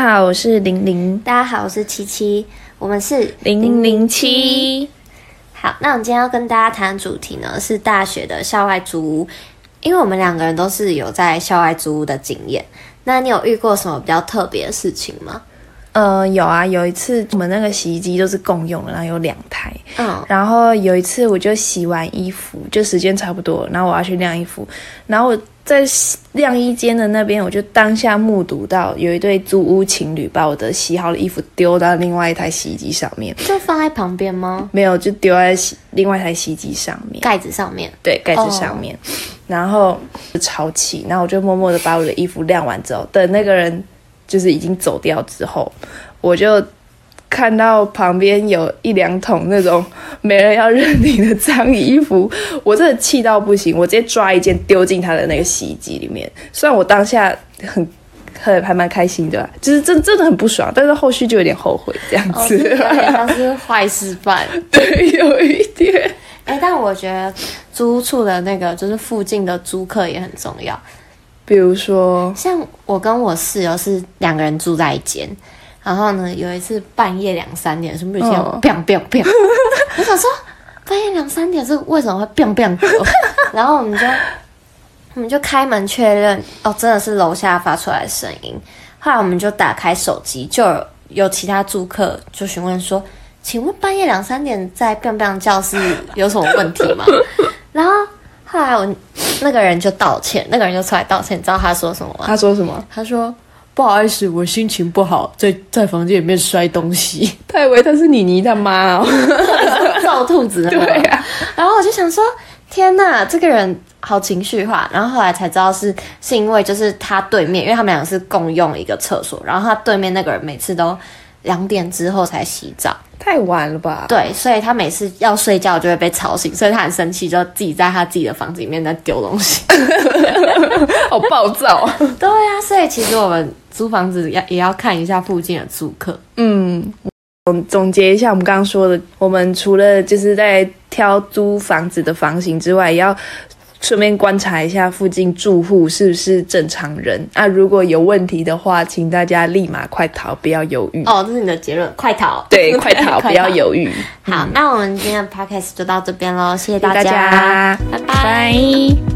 好，我是零零大家好，我是七七，我们是零零七。好，那我们今天要跟大家谈的主题呢是大学的校外租屋，因为我们两个人都是有在校外租屋的经验。那你有遇过什么比较特别的事情吗？呃，有啊，有一次我们那个洗衣机都是共用的，然后有两台。嗯，然后有一次我就洗完衣服，就时间差不多了，然后我要去晾衣服，然后我在洗晾衣间的那边，我就当下目睹到有一对租屋情侣把我的洗好的衣服丢到另外一台洗衣机上面，就放在旁边吗？没有，就丢在洗另外一台洗衣机上面，盖子上面。对，盖子上面，然后就吵起，然后我就默默的把我的衣服晾完之后，等那个人就是已经走掉之后，我就看到旁边有一两桶那种没人要认领的脏衣服，我真的气到不行，我直接抓一件丢进他的那个洗衣机里面。虽然我当下很。 很还蛮开心的啦，就是真真的很不爽，但是后续就有点后悔这样哦， 子这，有点像是坏事办。对，有一点。 哎、但我觉得租屋处的那个就是附近的租客也很重要。比如说，像我跟我室友是两个人住在一间，然后呢，有一次半夜两三点，是不是有嗯砰砰砰？哦 我想说半夜两三点是为什么会砰砰狗？ 然后我们就我们就开门确认，哦，真的是楼下发出来的声音。后来我们就打开手机，就有有其他住客就询问说：“请问半夜两三点在 biang biang 教室有什么问题吗？” 然后后来我那个人就道歉，那个人就出来道歉，你知道他说什么吗？他说什么？他说：“不好意思，我心情不好，在在房间里面摔东 西，他以为他是妮妮他妈哦。造兔 子。”对呀、然后我就想说：“天哪，这个人好情绪化。”然后后来才知道是是因为就是他对面，因为他们两个是共用一个厕所，然后他对面那个人每次都两点之后才洗澡， 太晚了吧？对，所以他每次要睡觉就会被吵醒，所以他很生气，就自己在他自己的房子里面在丢东 西。 好暴躁。对啊，所以其实我们租房子要也要看一下附近的住客。 嗯，总总结一下，我们刚刚说的，我们除了就是在挑租房子的房型之外，也要顺便观察一下附近住户是不是正常人。啊，如果有问题的话，请大家立马快逃，不要犹豫。哦，这是你的结论，快逃！对， 快逃，不要犹豫。好，那我们今天的 podcast 嗯就到这边喽，谢谢谢谢 大大家，家，拜拜。拜。